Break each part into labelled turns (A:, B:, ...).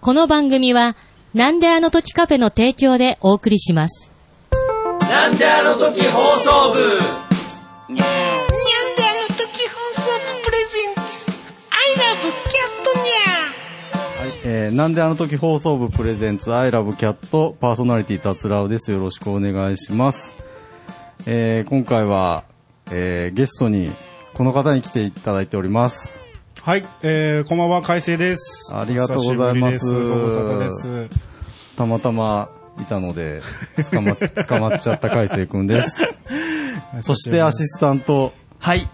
A: この番組は、なんであの時カフェの提供でお送りします。
B: なんであの時放送部
C: ニャンであの時放送部プレゼンツ I love キャットニ
D: はい、えー、なんであの時放送部プレゼンツ I love cat パーソナリティ達郎です。よろしくお願いします。えー、今回は、えー、ゲストにこの方に来ていただいております。
E: はい、えー、こんばんは、海星です。
D: ありがとうございます
E: お久しぶりですご無沙汰です。
D: たまたまいたので、捕 ま、捕まっちゃった海星くんです。そしてアシスタント、
F: はい。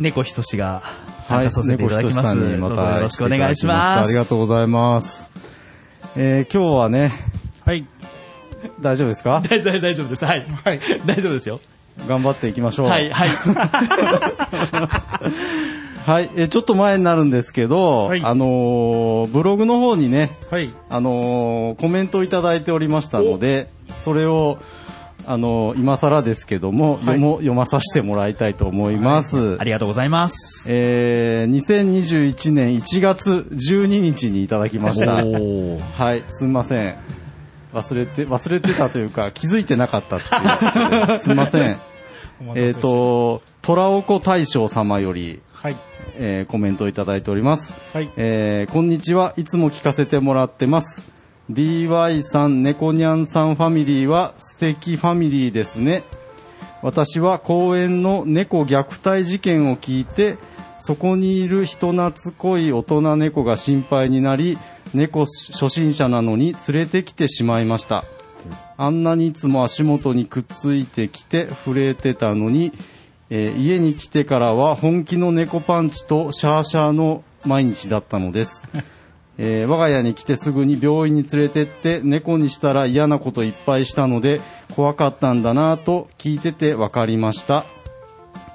F: 猫ひとしが参
D: はい
F: 加さ、せてい
D: 猫
F: た
D: ひ
F: だき
D: と
F: ま
D: し
F: す。
D: さんにま
F: どうぞ
D: た
F: よろしくお願いし
D: 来てただき
F: ま
D: たあり
F: す。
D: がとうございます。えー、今日はね、
E: はい、
D: 大丈夫ですか
F: 大丈夫大丈夫です。はい。
E: はい、
F: 大丈夫ですよ。
D: 頑張っていきましょう。
F: はい、はい。
D: はい、えーちょっと前になるんですけど、
E: はい
D: あのーブログの方にね、
E: はい、
D: あのーコメントをいただいておりましたので、それを、あのー今更ですけども、読も読まさせてもらいたいと思います。
F: ありがとうございます。
D: えー2021年1月12日にいただきました。
F: おー
D: はい、すみません。忘れて、忘れてたというか、気づいてなかったっていう。すみません。
E: お待
D: え
E: た
D: っ、
E: せしました、
D: と、虎岡大将様より、
E: はい、
D: えーコメントをいただいております。
E: はい
D: えーこんにちは。いつも聞かせてもらってます。DY さん、猫ニャンさんファミリーは素敵ファミリーですね。私は公園の猫虐待事件を聞いて、そこにいる人懐っこい大人猫が心配になり、猫初心者なのに連れてきてしまいました。あんなにいつも足元にくっついてきて震えてたのに、えー家に来てからは本気の猫パンチとシャーシャーの毎日だったのです。 えー我が家に来てすぐに病院に連れてって猫にしたら嫌なこといっぱいしたので怖かったんだなぁと聞いてて分かりました。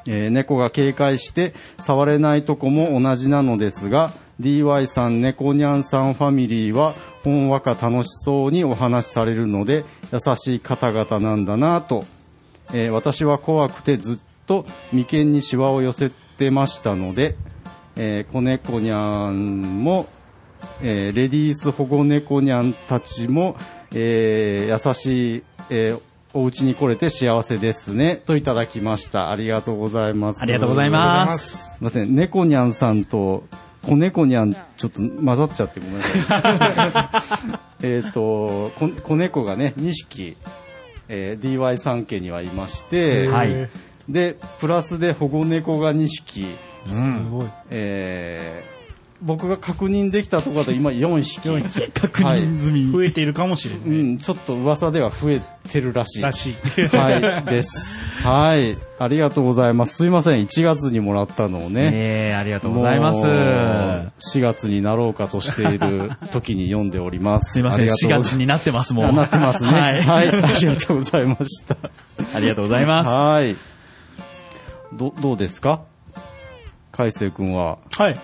D: えー猫が警戒して触れないとこも同じなのですが DY さん猫にゃんさんファミリーはほんわか楽しそうにお話しされるので優しい方々なんだなぁと、えー私は怖くてずっと眉間にシワを寄せてましたので、えー子猫にゃんも、えーレディース保護猫にゃんたちも、えー優しい、えーお家に来れて幸せですねといただきましたありがとうございます
F: ありがとうございます。
D: すいません、猫にゃんさんと子猫にゃん、ちょっと混ざっちゃってごめんなさい。 えっと、こ子猫がね、2匹、えー DY 三家にはいまして、
F: はい
E: え
D: で、プラスで保護猫が2匹、
E: ーすごい、
D: えー僕が確認できたところだと今4匹。
F: 確認済み。
E: 増えているかもしれ
D: う
E: ない。
D: ん、ちょっと噂では増えてるらしい。
E: らしい。
D: はい、 です。はい、ありがとうございます。すいません、1月にもらったのを
F: ねえ、ありがとうございます。
D: す。4月になろうかとしている時に読んでおります。
F: すいません、4月に
D: な
F: なってます、もう。
D: なってますね。
F: は。
D: はいい、ありがとうございました。
F: ありがとうございます。
D: はい。ど、どうですか海星くんは、
E: はい、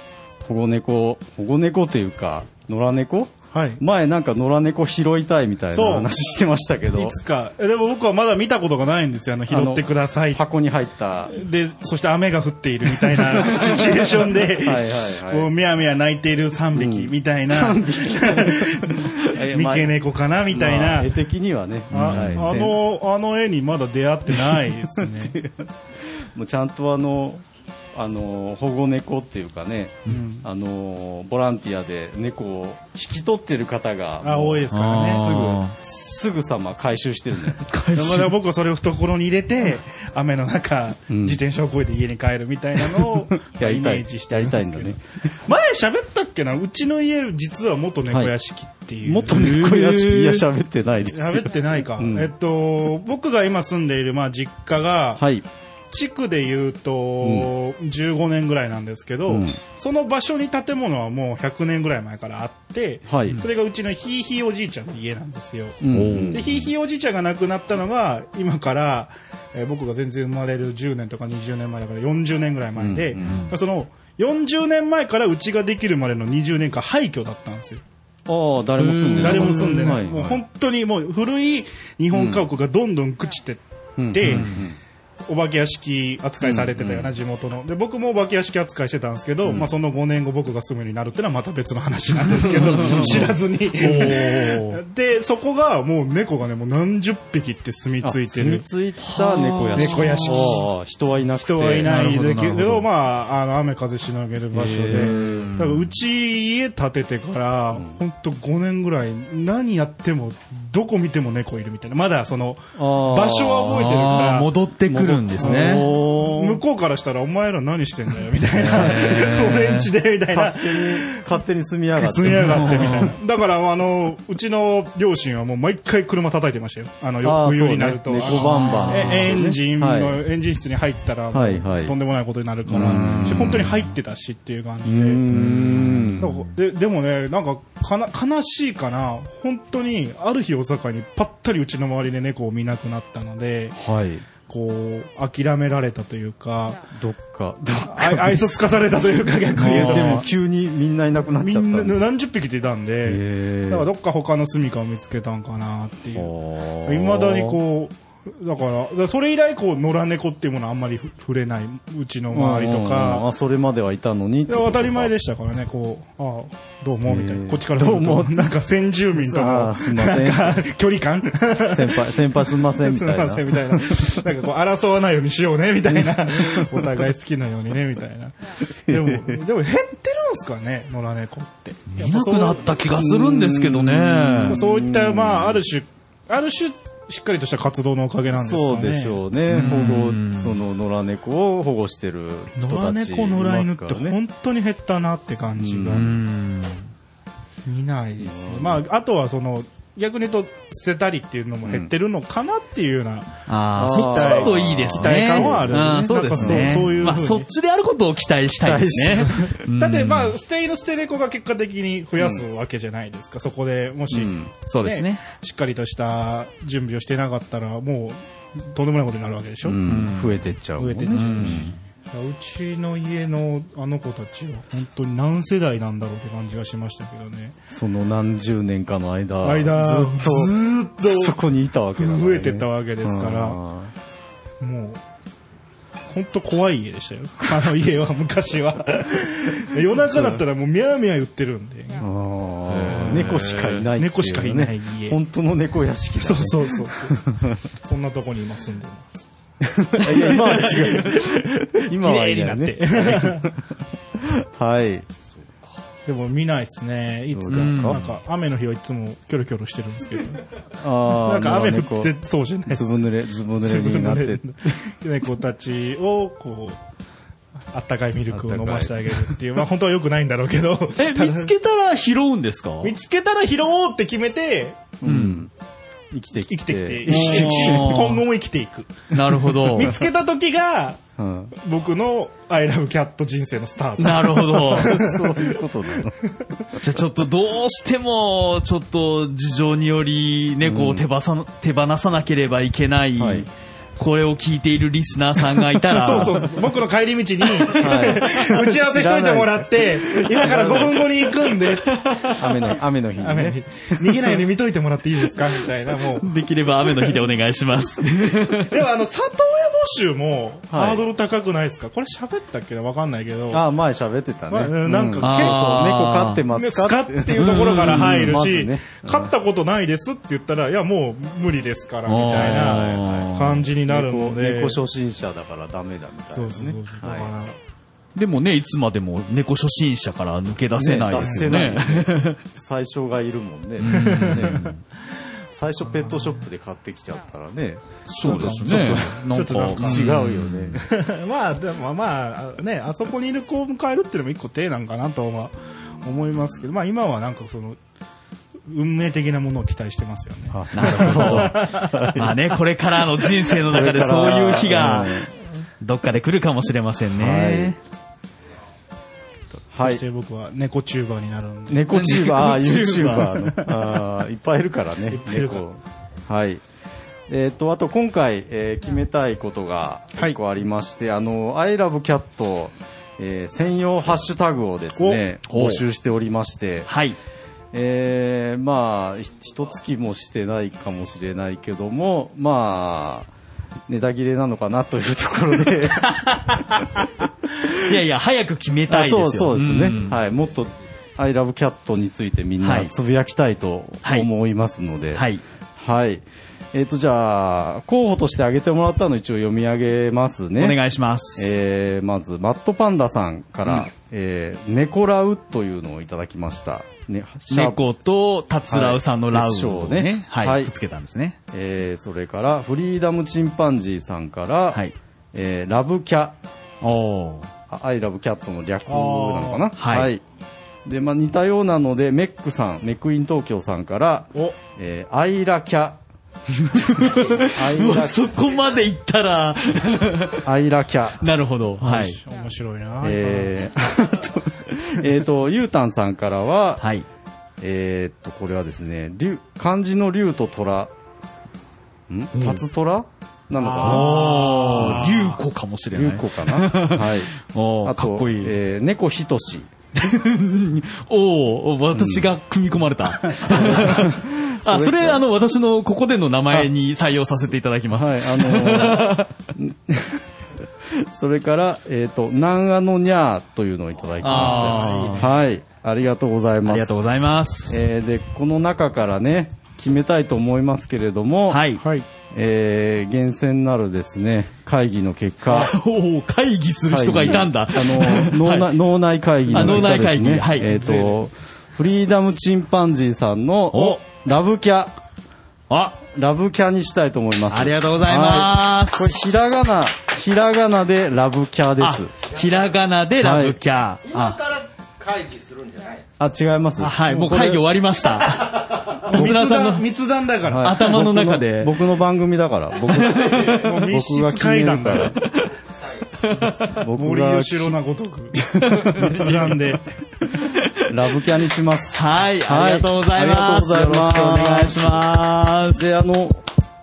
D: 保護猫、保護猫というか、野良猫
E: はい。
D: 前なんか野良猫拾いたいみたいな
E: そう
D: 話してましたけ
E: い
D: ど、
E: つか、えでも僕はまだ見たことがないんですよ、あの、拾ってください。
D: 箱に入った。
E: で、そして雨が降っているみたいなシチュエーションで、
D: はいはいはい
E: こう、みやみや泣いている3匹みたいな、 三毛猫かなみたいな。
D: まあ絵的にはね、
E: あ
D: はい
E: あの、あの絵にまだ出会ってないです ね。
D: もうちゃんとあの、あの、保護猫っていうかね、あの、ボランティアで猫を引き取ってる方が、
E: あ、多いですからね。すぐ。
F: あ
D: すぐさま回収してるんだよ。
F: ー
E: だから僕はそれを懐に入れて、雨の中、
D: ん
E: 自転車をこいで家に帰るみたいなのを
D: や
E: イ
D: りたい
E: メージしてますけど
D: やりたいんだね。
E: 前喋ったっけな、うちの家、実は元猫屋敷っていう。
D: もっと猫屋敷、いや、喋ってないですよ。
E: 喋ってないか、
D: うん
E: えっと、僕が今住んでいる、まあ、実家が、
D: はい。
E: 地区で言うと、15年ぐらいなんですけど、
D: うん
E: その場所に建物はもう100年ぐらい前からあって、
D: はい
E: それがうちのひいひいおじいちゃんの家なんですよ。
D: うん
E: で、ひいひいおじいちゃんが亡くなったのが、今から、えー僕が全然生まれる10年とか20年前だから40年ぐらい前で、
D: うん
E: その40年前からうちができるまでの20年間廃墟だったんですよ。
D: ああ、誰も住んでない。
E: 誰も住んでな
D: は
E: い。もう本当にもう古い日本家屋がどんどん朽ちてって、
D: うんうんうん
E: お化け屋敷扱いされてたような地元の。で、僕もお化け屋敷扱いしてたんですけど、まあその5年後僕が住むようになるっていうのはまた別の話なんですけど、 知らずに。 で、そこがもう猫がね、もう何十匹って住み着いて
D: 住み
E: る。
D: 着いた猫屋敷。
E: 猫屋敷
D: ああ人はいなくて。
E: 人はいない
D: るほ
E: で
D: ど
E: け
D: なるほ
E: ど、まあ、あの、雨風しのげる場所
D: へ
E: で、
D: ー
E: 多分うち家建ててから、ほんと5年ぐらい、何やっても、どこ見ても猫いるみたいな。まだその、
D: あー
E: 場所は覚えてる
F: あ
E: から
F: ー、戻ってくるんですね。
D: おー
E: 向こうからしたら、お前ら何してんだよ、みたい な。俺んちで、みたい な。
D: 勝手に住みやがって。
E: 住みやがってみたいな。だから、あの、うちの両親はもう毎回車叩いてましたよ。あの、
D: あ
E: よ
D: ー
E: 冬になると。
D: そうね
E: あ
D: 猫バンバン
E: のえエンジンの、
D: はい
E: エンジン室に入ったら、
D: はいはい
E: とんでもないことになるから、
D: うん
E: 本当に入ってたしっていう感じ
D: うー
E: で。
D: ん。
E: なんかででもね、なんかかな悲しいかな、本当にある日を境にぱったりうちの周りで猫を見なくなったので、
D: はい。
E: こう諦められたというか、
D: どっか、どっ
E: あい
D: か。
E: 愛想つかされたというか、逆に言うと。
D: でも急にみんないなくなっ
E: み
D: ちゃった
E: んな
D: だ。
E: 何十匹っていたんで、
D: へー
E: だからどっか他の住みかを見つけたんかなっていう。
D: あ
E: い
D: ー
E: まだにこう、だから、だからそれ以来こう、野良猫っていうものはあんまりふ触れない、うちの周りと
D: うんあ
E: か。
D: それまではいたのに
E: で当たり前で
D: し
E: したからね、こう、ああ、どうも、みたい
D: へ
E: な。
D: ー
E: こっちからすると
D: どうも
E: なんか先住民と
D: あー
E: か
D: すい
E: の、
D: ません
E: なんか、 距離感
D: 先輩先輩すんませんみ
E: す
D: た
E: い
D: いな
E: ません、み たいな。なんかこう、争わないようにしようね、みたいな。お互い好きなようにね、みたいな。でも、でも減ってるんすかね、野良猫って。
F: 見なくなった気がするんですけどね。
E: そういった、まあ、ある種、ある種、しっかりとした活動のおかげなんですかね。
D: そうでし
E: う。
D: ょうね保
F: うん
D: 護その野良猫を保護してる人
E: 野良
D: たち
E: 猫、野良犬って
D: います
E: 本当に減ったなって感じが
D: う
F: うん。
E: 見ないですね。まあ、あとはその、逆に言うと、捨てたりっていうのも減ってるのかなっていうような、
F: ああ、
D: あー
F: そっちだといいですね。
E: 期待感はあるよね
F: うんそうです
E: なん
F: ね。
E: かそうそういうふうに
F: まあ、そっちであることを期待したいですね。
E: だって、ま
F: あ、
E: あ、捨て犬捨て猫が結果的に増やすわけじゃないですか。そこでもし、
D: うん
F: そうですね。
E: しっかりとした準備をしてなかったら、もう、とんでもないことになるわけでしょ。
D: ね
E: う
D: うん増えてっちゃうもん
E: 増
D: ね
E: えてっちゃううちの家のあの子たちは本当に何世代なんだろうって感じがしましたけどね。
D: その何十年かの間
E: 間
D: ずっと
E: ずーっと
D: そこにいたわけだからね
E: 増えてったわけですから、
D: あ
E: もう、本当怖い家でしたよ。 あの家は、昔は。夜中だったらもうミャーミャー言ってるんで。
D: ーあー猫しかいないってうね
E: 猫しかいない家
D: 本当の猫屋敷
E: そ
D: だ
E: うそう そうそう。そんなとこに今住んでます。
D: いや今は違う今
E: 綺
D: は
E: 麗
D: い
E: に
D: な
E: ないっ
D: ね
E: て。
D: はい
E: でも見ないですね。いつか。
D: どうですか
E: なんか雨の日はいつもキョロキョロしてるんですけど。
D: あー
E: なんか雨
D: 野良
E: 降
D: 猫
E: ってそうじゃないです
D: ず
E: か
D: ぶ濡れ、ずぶ濡れに なって。
E: 猫たちをこうあったかいミルクを飲ましてあげるって いうまあ本当は良くないんだろうけど
F: え、見つけたら拾うんですか
E: 見つけたら拾おうって決めて
D: うん。生きて
E: 生
D: きて。
E: きてきて
F: 生きてきて
E: 今後も生きていく
F: なるほど。
E: 見つけた時が
D: うん。
E: 僕の「アイラブキャット人生のスタート
F: なるほ ど。
D: そういうことなの。
F: じゃあちょっとどうしても、ちょっと事情により猫を手ばさ、手放さなければいけない,、
D: はい
F: これを聞いているリスナーさんがいた ら、
E: そうそうそう僕の帰り道に
D: はい
E: 打ち合わせしといてもらって今から5分後に行くんで
D: 雨の、雨の日に
E: 雨の日
D: ね。
E: 逃げないように見といてもらっていいですかみたいなもう
F: できれば雨の日でお願いしま す。
E: でもあの、里親募集も
D: はい
E: ハードル高くないですか、これ喋ったっけなわかんないけど。
D: ああ、前喋ってた
E: まあ
D: ね。
E: なんか
D: うそ
E: 結
F: 構
D: う猫飼ってま
E: ね
D: す
E: スカ
D: か
E: っていうところから入るし、
D: うんまずね
E: 勝ったことないですって言ったら、いやもう無理ですから、みたい
F: あ
E: な
F: ー
E: 感じになる
D: 猫
E: ので。
D: 猫初心者だからダメだみたいなね。
E: そうそうそうそう。だから
D: は
F: でもね、いつまでも猫初心者から抜け出せないですよね。
D: ね出い最初がいるもんね。ね最初ペットショップで買ってきちゃったらね。
F: そうですね
D: ちょっ
F: なんか
D: とちょっと違うよね。
E: まあでもまあね、あそこにいる子を迎えるっていうのも一個手なんかなとは思いますけど、まあ今はなんかその、運命的なものを期待してますよね。
F: なるほど。 まあね、これからの人生の中でそういう日が、どっかで来るかもしれませんね。
D: は
E: そし
D: い。
E: て僕は猫チューバーになるんで。
D: 猫チューバー、ああ、
F: 猫チュー
D: YouTuber の。ああ、いっぱいいるからね、
E: いっぱいいるから
D: 猫。はい。えっ、と、あと今回、えー決めたいことが
E: はい
D: 結構ありまして、あの、I love cat、えー専用ハッシュタグをですね、
F: お
D: 募集しておりまして、
F: はい。
D: えーまあ、ひ一月もしてないかもしれないけども、まあ、ネタ切れなのかなというところで
F: いやいや、早く決めたい
D: あ
F: です
D: そ
F: よ。
D: うそうですね、
F: ん
D: はい、もっと「アイラブキャットについてみん
F: は
D: ないつぶやきたいと
F: はい
D: 思いますので、
F: はい。
D: はいえっ、とじゃあ候補として挙げてもらったの一応読み上げます
F: お
D: ね
F: 願いします。
D: えーまず、マットパンダさんから、えーネコラウというのをいただきました。ね、シャープ
F: 猫とたつらうさんのラ
D: はい
F: ウを
D: でしょうね
F: ね、はい、
D: はい
F: くっつけたんですね。
D: えーそれから、フリーダムチンパンジーさんから、
F: はい
D: えーラブキャ、
F: おー
D: アイラブキャットの略なのかな。
F: あーはい
D: で、まあ、似たようなので、メックさん、メックイン東京さんから、
E: お
D: えーアイラキ ャ、アイ
F: う
D: ラ
F: わ、そこまでいったら、
D: アイラキャ、
F: なるほど。はい。
E: 面白いな、
D: えーえー と、ゆうたんさんからは、
F: はい。
D: えーっと、これはですね、竜漢字の竜と虎、んタツトラなのか
F: あー、竜子かもし
D: な
F: れ
D: 竜
F: ない。
D: 子か なはい。
F: おー
D: あ
F: かっ
D: と
F: こい、い。
D: えー猫ひとし。
F: おお私が組み 込まれた。あ、それ、あの、私のここでの名前に採用させていただきます。
D: はい、あの ーそれから、えーっと、南アのニャーというのをいただきました。はい。ありがとうござい
F: あ
D: ま
F: りが
D: す
F: とう。ございます。
D: えーで、この中からね、決めたいと思いますけれども、
F: はい。
E: はい
D: えー厳選なるですね、会議の結果、
F: おお会議する人がいたんだ。
D: あ の、脳内、脳内会議の中
F: あ脳内会議
D: ですね
F: はい
D: えっ、と、フリーダムチンパンジーさんの
F: お、
D: ラブキャ、
F: あ、
D: ラブキャにしたいと思います。
F: ありがとうございます
D: はいこれ、ひらがな、ひらがなでラブキャで
F: あ
D: す。
F: ひらがなでラブキャー。
B: だ
F: あ
B: から会議するんじゃない
D: あ、違います。
F: あはい、もう会議終わりました。達
E: 密
F: 郎さん
E: 談
F: の、
E: 密談だから、
D: はい
F: 頭の中で
D: 僕の僕の番組だから。僕
E: もう密
D: 僕が
E: 室
D: 決め
E: 会
D: る
E: 談
D: か
E: だ
D: ら
E: よ。
D: 僕
E: 森
D: が
E: 吉郎なごとく密談で
D: ラブキャにします。
F: はい、ありがとうござい
D: あ
F: ま
D: り
F: す。
D: がとうございます
F: よろしくお願いします。
D: で、あの、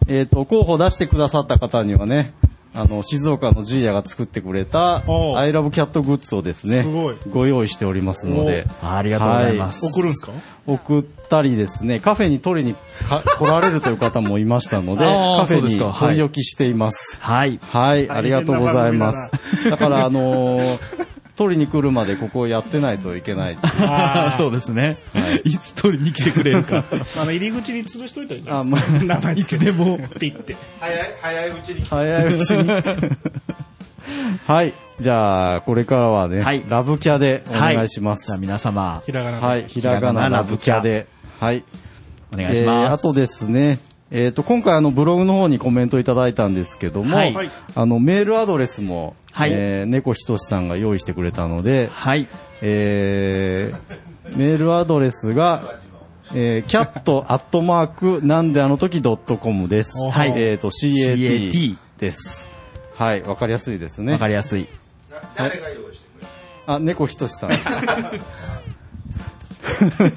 D: えっ、と、候補出してくださった方にはね、あの、静岡のジーヤが作ってくれた
E: お、う
D: アイラブキャットグッズをですね、
E: すごい
D: ご用意しておりますので、
F: ありがとうございます。
E: 送るんですか
D: 送ったりですね、カフェに取りにか来られるという方もいました ので、
F: あー
D: カフ
F: そう
D: ェ
F: です
D: に
F: かはい
D: 取り置きしています。
F: はい。
D: はい、ありがとうございます
E: 大。
D: だから、あのー 取りに来るまでここをやってないといけないっていう
F: そうですね。い、つ取りに来てくれるか。
E: あの入り口に吊るしといたらいいじゃ
D: あ、
E: ないで
D: まあ、
E: すか名前
F: いつでも。
E: ピッて
B: 早い、早いうちに来て。
D: 早いうちに。はい。じゃあ、これからはね、
F: はい
D: ラブキャでお
F: は
D: 願いします。
F: じゃあ
D: はい。
F: 皆様、
E: ひらがなで
D: ひらがなラブキャで。はい。
F: お願いし
D: え
F: ます。
D: ーあとですね、えっ、と、今回あのブログの方にコメントいただいたんですけども、
F: はい
E: はい
D: あの、メールアドレスも、
F: はい
D: えー猫ひとしさんが用意してくれたので、
F: はい。
D: えーメールアドレスが、えー、cat アットマークなんであの時ドットコムです。
F: はい
D: えっ、と、CAT
F: CAT
D: です。はい、わかりやすいです
F: わ
D: ね
F: か。りやすい。
B: な誰が用意してくれる
D: あ、猫ひとしさ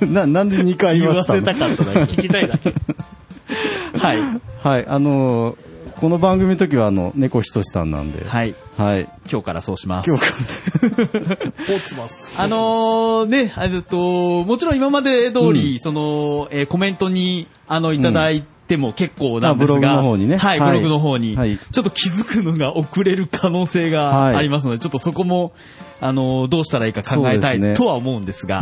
D: ん。 な、なんで2回言
F: 言
D: わ
F: わ
D: せた
F: せ
D: の
F: たかっただけ。聞きたいだけ。 はい。
D: はい、あのーこの番組の時はあの、猫ひとしさんなんで。い。
F: はい。
D: はい。
F: 今日からそうします。
D: 今日から
E: ポツマス
F: あのー、ね、えっと、もちろん今まで通り、その、えーコメントに、あの、いただいても結構なんですが、
D: あブログの方にね
F: はい、ブ
D: はい
F: ログの方に、
D: はい
F: ちょっと気づくのが遅れる可能性が
D: はい
F: ありますので、ちょっとそこも、あのー、どうしたらいいか考えた
D: そう
F: い、
D: ですね
F: とは思うんです が、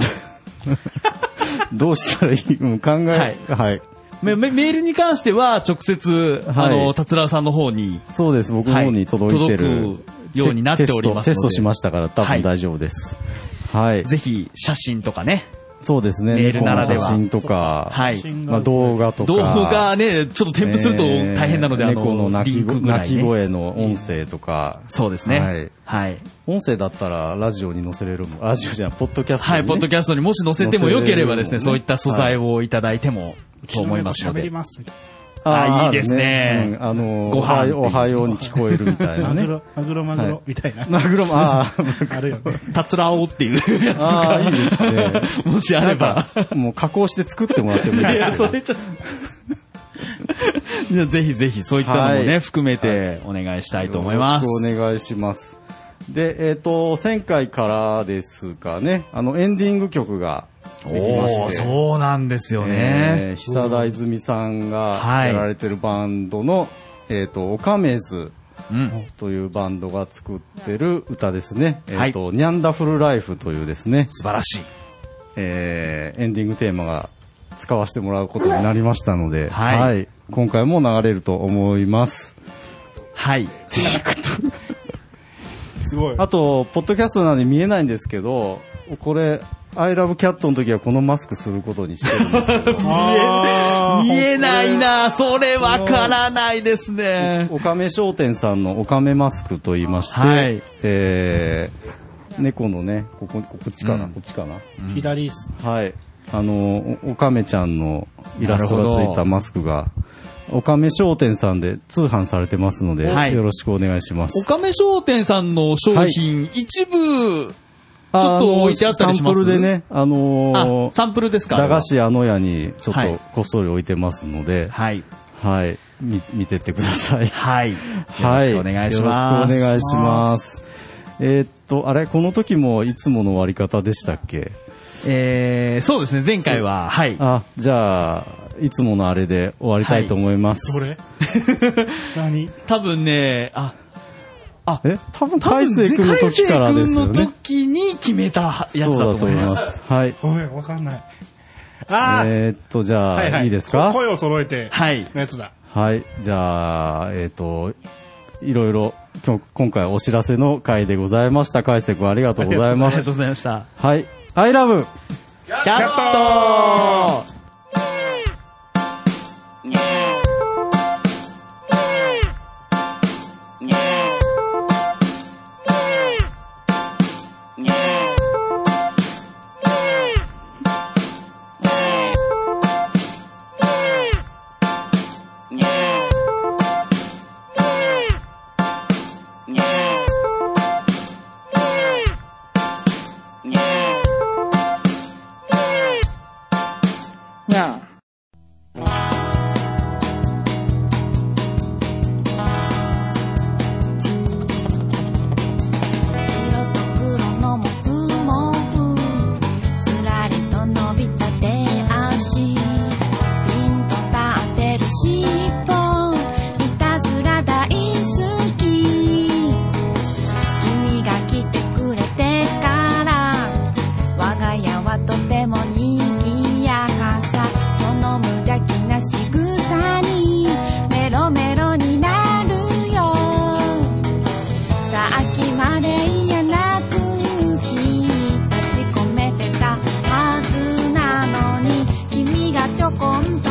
D: どうしたらいい うん考え、はい。
F: めめメールに関しては、直接、
D: はい
F: あの、達郎さんの方に、
D: そうです、僕の方に届いてる。
F: はい届くようになっておりますの
D: テストテ
F: で
D: ストしましたから多分大丈夫です。はい。
F: ぜひ、写真とかね、
D: そうですね。
F: メールならで
D: 猫の
F: は
D: 写真とか、
F: はい
E: 写真が
D: まあ動画とか。
F: 動画ね、ちょっと添付すると
D: ね
F: 大変なので、あ
D: 猫の
F: の、
D: 鳴
F: リ
D: き
F: ンク
D: 声
F: ぐら
D: 鳴
F: い、
D: き
F: ね。
D: 声の音声とか。
F: そうですね。
D: はい
F: はい
D: 音声だったらラジオに載せれるもん。ラジオじゃない、ポッドキャストにね、
F: はい、ポッドキャストにもし載せても良ければです
D: 載
F: ね、
D: せ
F: そ
D: れるもんね
F: ういった素材をいただいてもと思いますの
E: 喋り
F: で。
E: ますみたい
F: あいいですね
D: うんあのー、
F: ご
D: おは
F: 飯っていう
D: よう、おはように聞こえるみたいな
E: なマグ
D: ね。
E: ロマグロマグ
D: はい
E: ロみたいな
D: マグロも、あー
E: あるよね
F: たつらおっていうやつ
D: あー、いいですね。
F: が、もしあれば。
D: なんかもう加工して作ってもらってもいい
F: い
D: です
F: や、
D: け
F: そ
D: ど。
F: れちょっと。じゃあぜひぜひそういったのもね、
D: はい
F: 含めてお願いしたいと思います。
D: よろしくお願いします。で、えっ、と、前回からですかね、あの、エンディング曲ができま
F: おー
D: して。
F: そうなんですよね。
D: えー久田泉さんが
F: はい
D: やられてるバンドの、えっ、と、オカメズ
F: うん。
D: というバンドが作ってる歌ですね。えっ、
F: はい
D: と、ニャンダフルライフというですね、
F: 素晴らしい。
D: えーエンディングテーマが使わせてもらうことになりましたので、
F: はい
D: 今回も流れると思います。
F: はい。
E: すごい。
D: あと、ポッドキャストなんで見えないんですけど、これ、I love cat の時はこのマスクすることにしてるんですけど、
E: あー
F: 見えないなそれわからないです ね。
D: おかめ商店さんのおかめマスクと言いまして、
F: はい
D: えー猫のね、ここ、ここっちかな、
F: うん
D: こっちかな。
E: 左っす。
D: はい。あの、おおかめちゃんのイラストがついたマスクが、おかめ商店さんで通販されてますので、
F: はい
D: よろしくお願いします。
F: おかめ商店さんの商品、一部、ちょっ
D: あ
F: と
D: の
F: 置いてあったりします
D: サンプルでね、あ
F: あ
D: の、ー
F: サンプルですか
D: 駄菓。子あの屋にちょっ
F: は
D: と
F: い
D: こっそり置いてますので、はい、
F: はい。
D: み見てってください。
F: はい。よろ
D: はい。
F: しくお願いします。
D: よろしくお願いします。えーっと、あれ、この時もいつもの割り方でしたっけ
F: えー、そうですね、前回は、はい。
D: あ、じゃあ、いつものあれで終わりたいと思います。
E: これ何
F: 多分ね、あ、あ、
D: え多分、大勢君の時からですよ
F: 大勢君
D: ね
F: の。時に決めたやつだ
D: そう
F: と
D: だと
F: 思
D: 思
F: い
D: い
F: ま。
D: ますす。はい。
E: ごめん、わかんない。あー
D: えーっと、じゃあ、、
E: はいいはいい。
D: ですか
E: 声を揃えて、
F: はい。
E: のやつだ。
D: はい。じゃあ、えっ、と、いろいろ、今日、今回お知らせの回でございました。解説ありがとうございま
F: ありがと
D: す。
F: うございました。
D: はい。I love!
F: キャット
G: 白と黒のもふもふすらりと伸びた手足ピンと立ってる尻尾いたずら大好き君が来てくれてから我が家はとてもにぎやかさその無邪気な仕草にメロメロになるよさっきまで嫌な空気立ち込めてたはずなのに君がちょこんと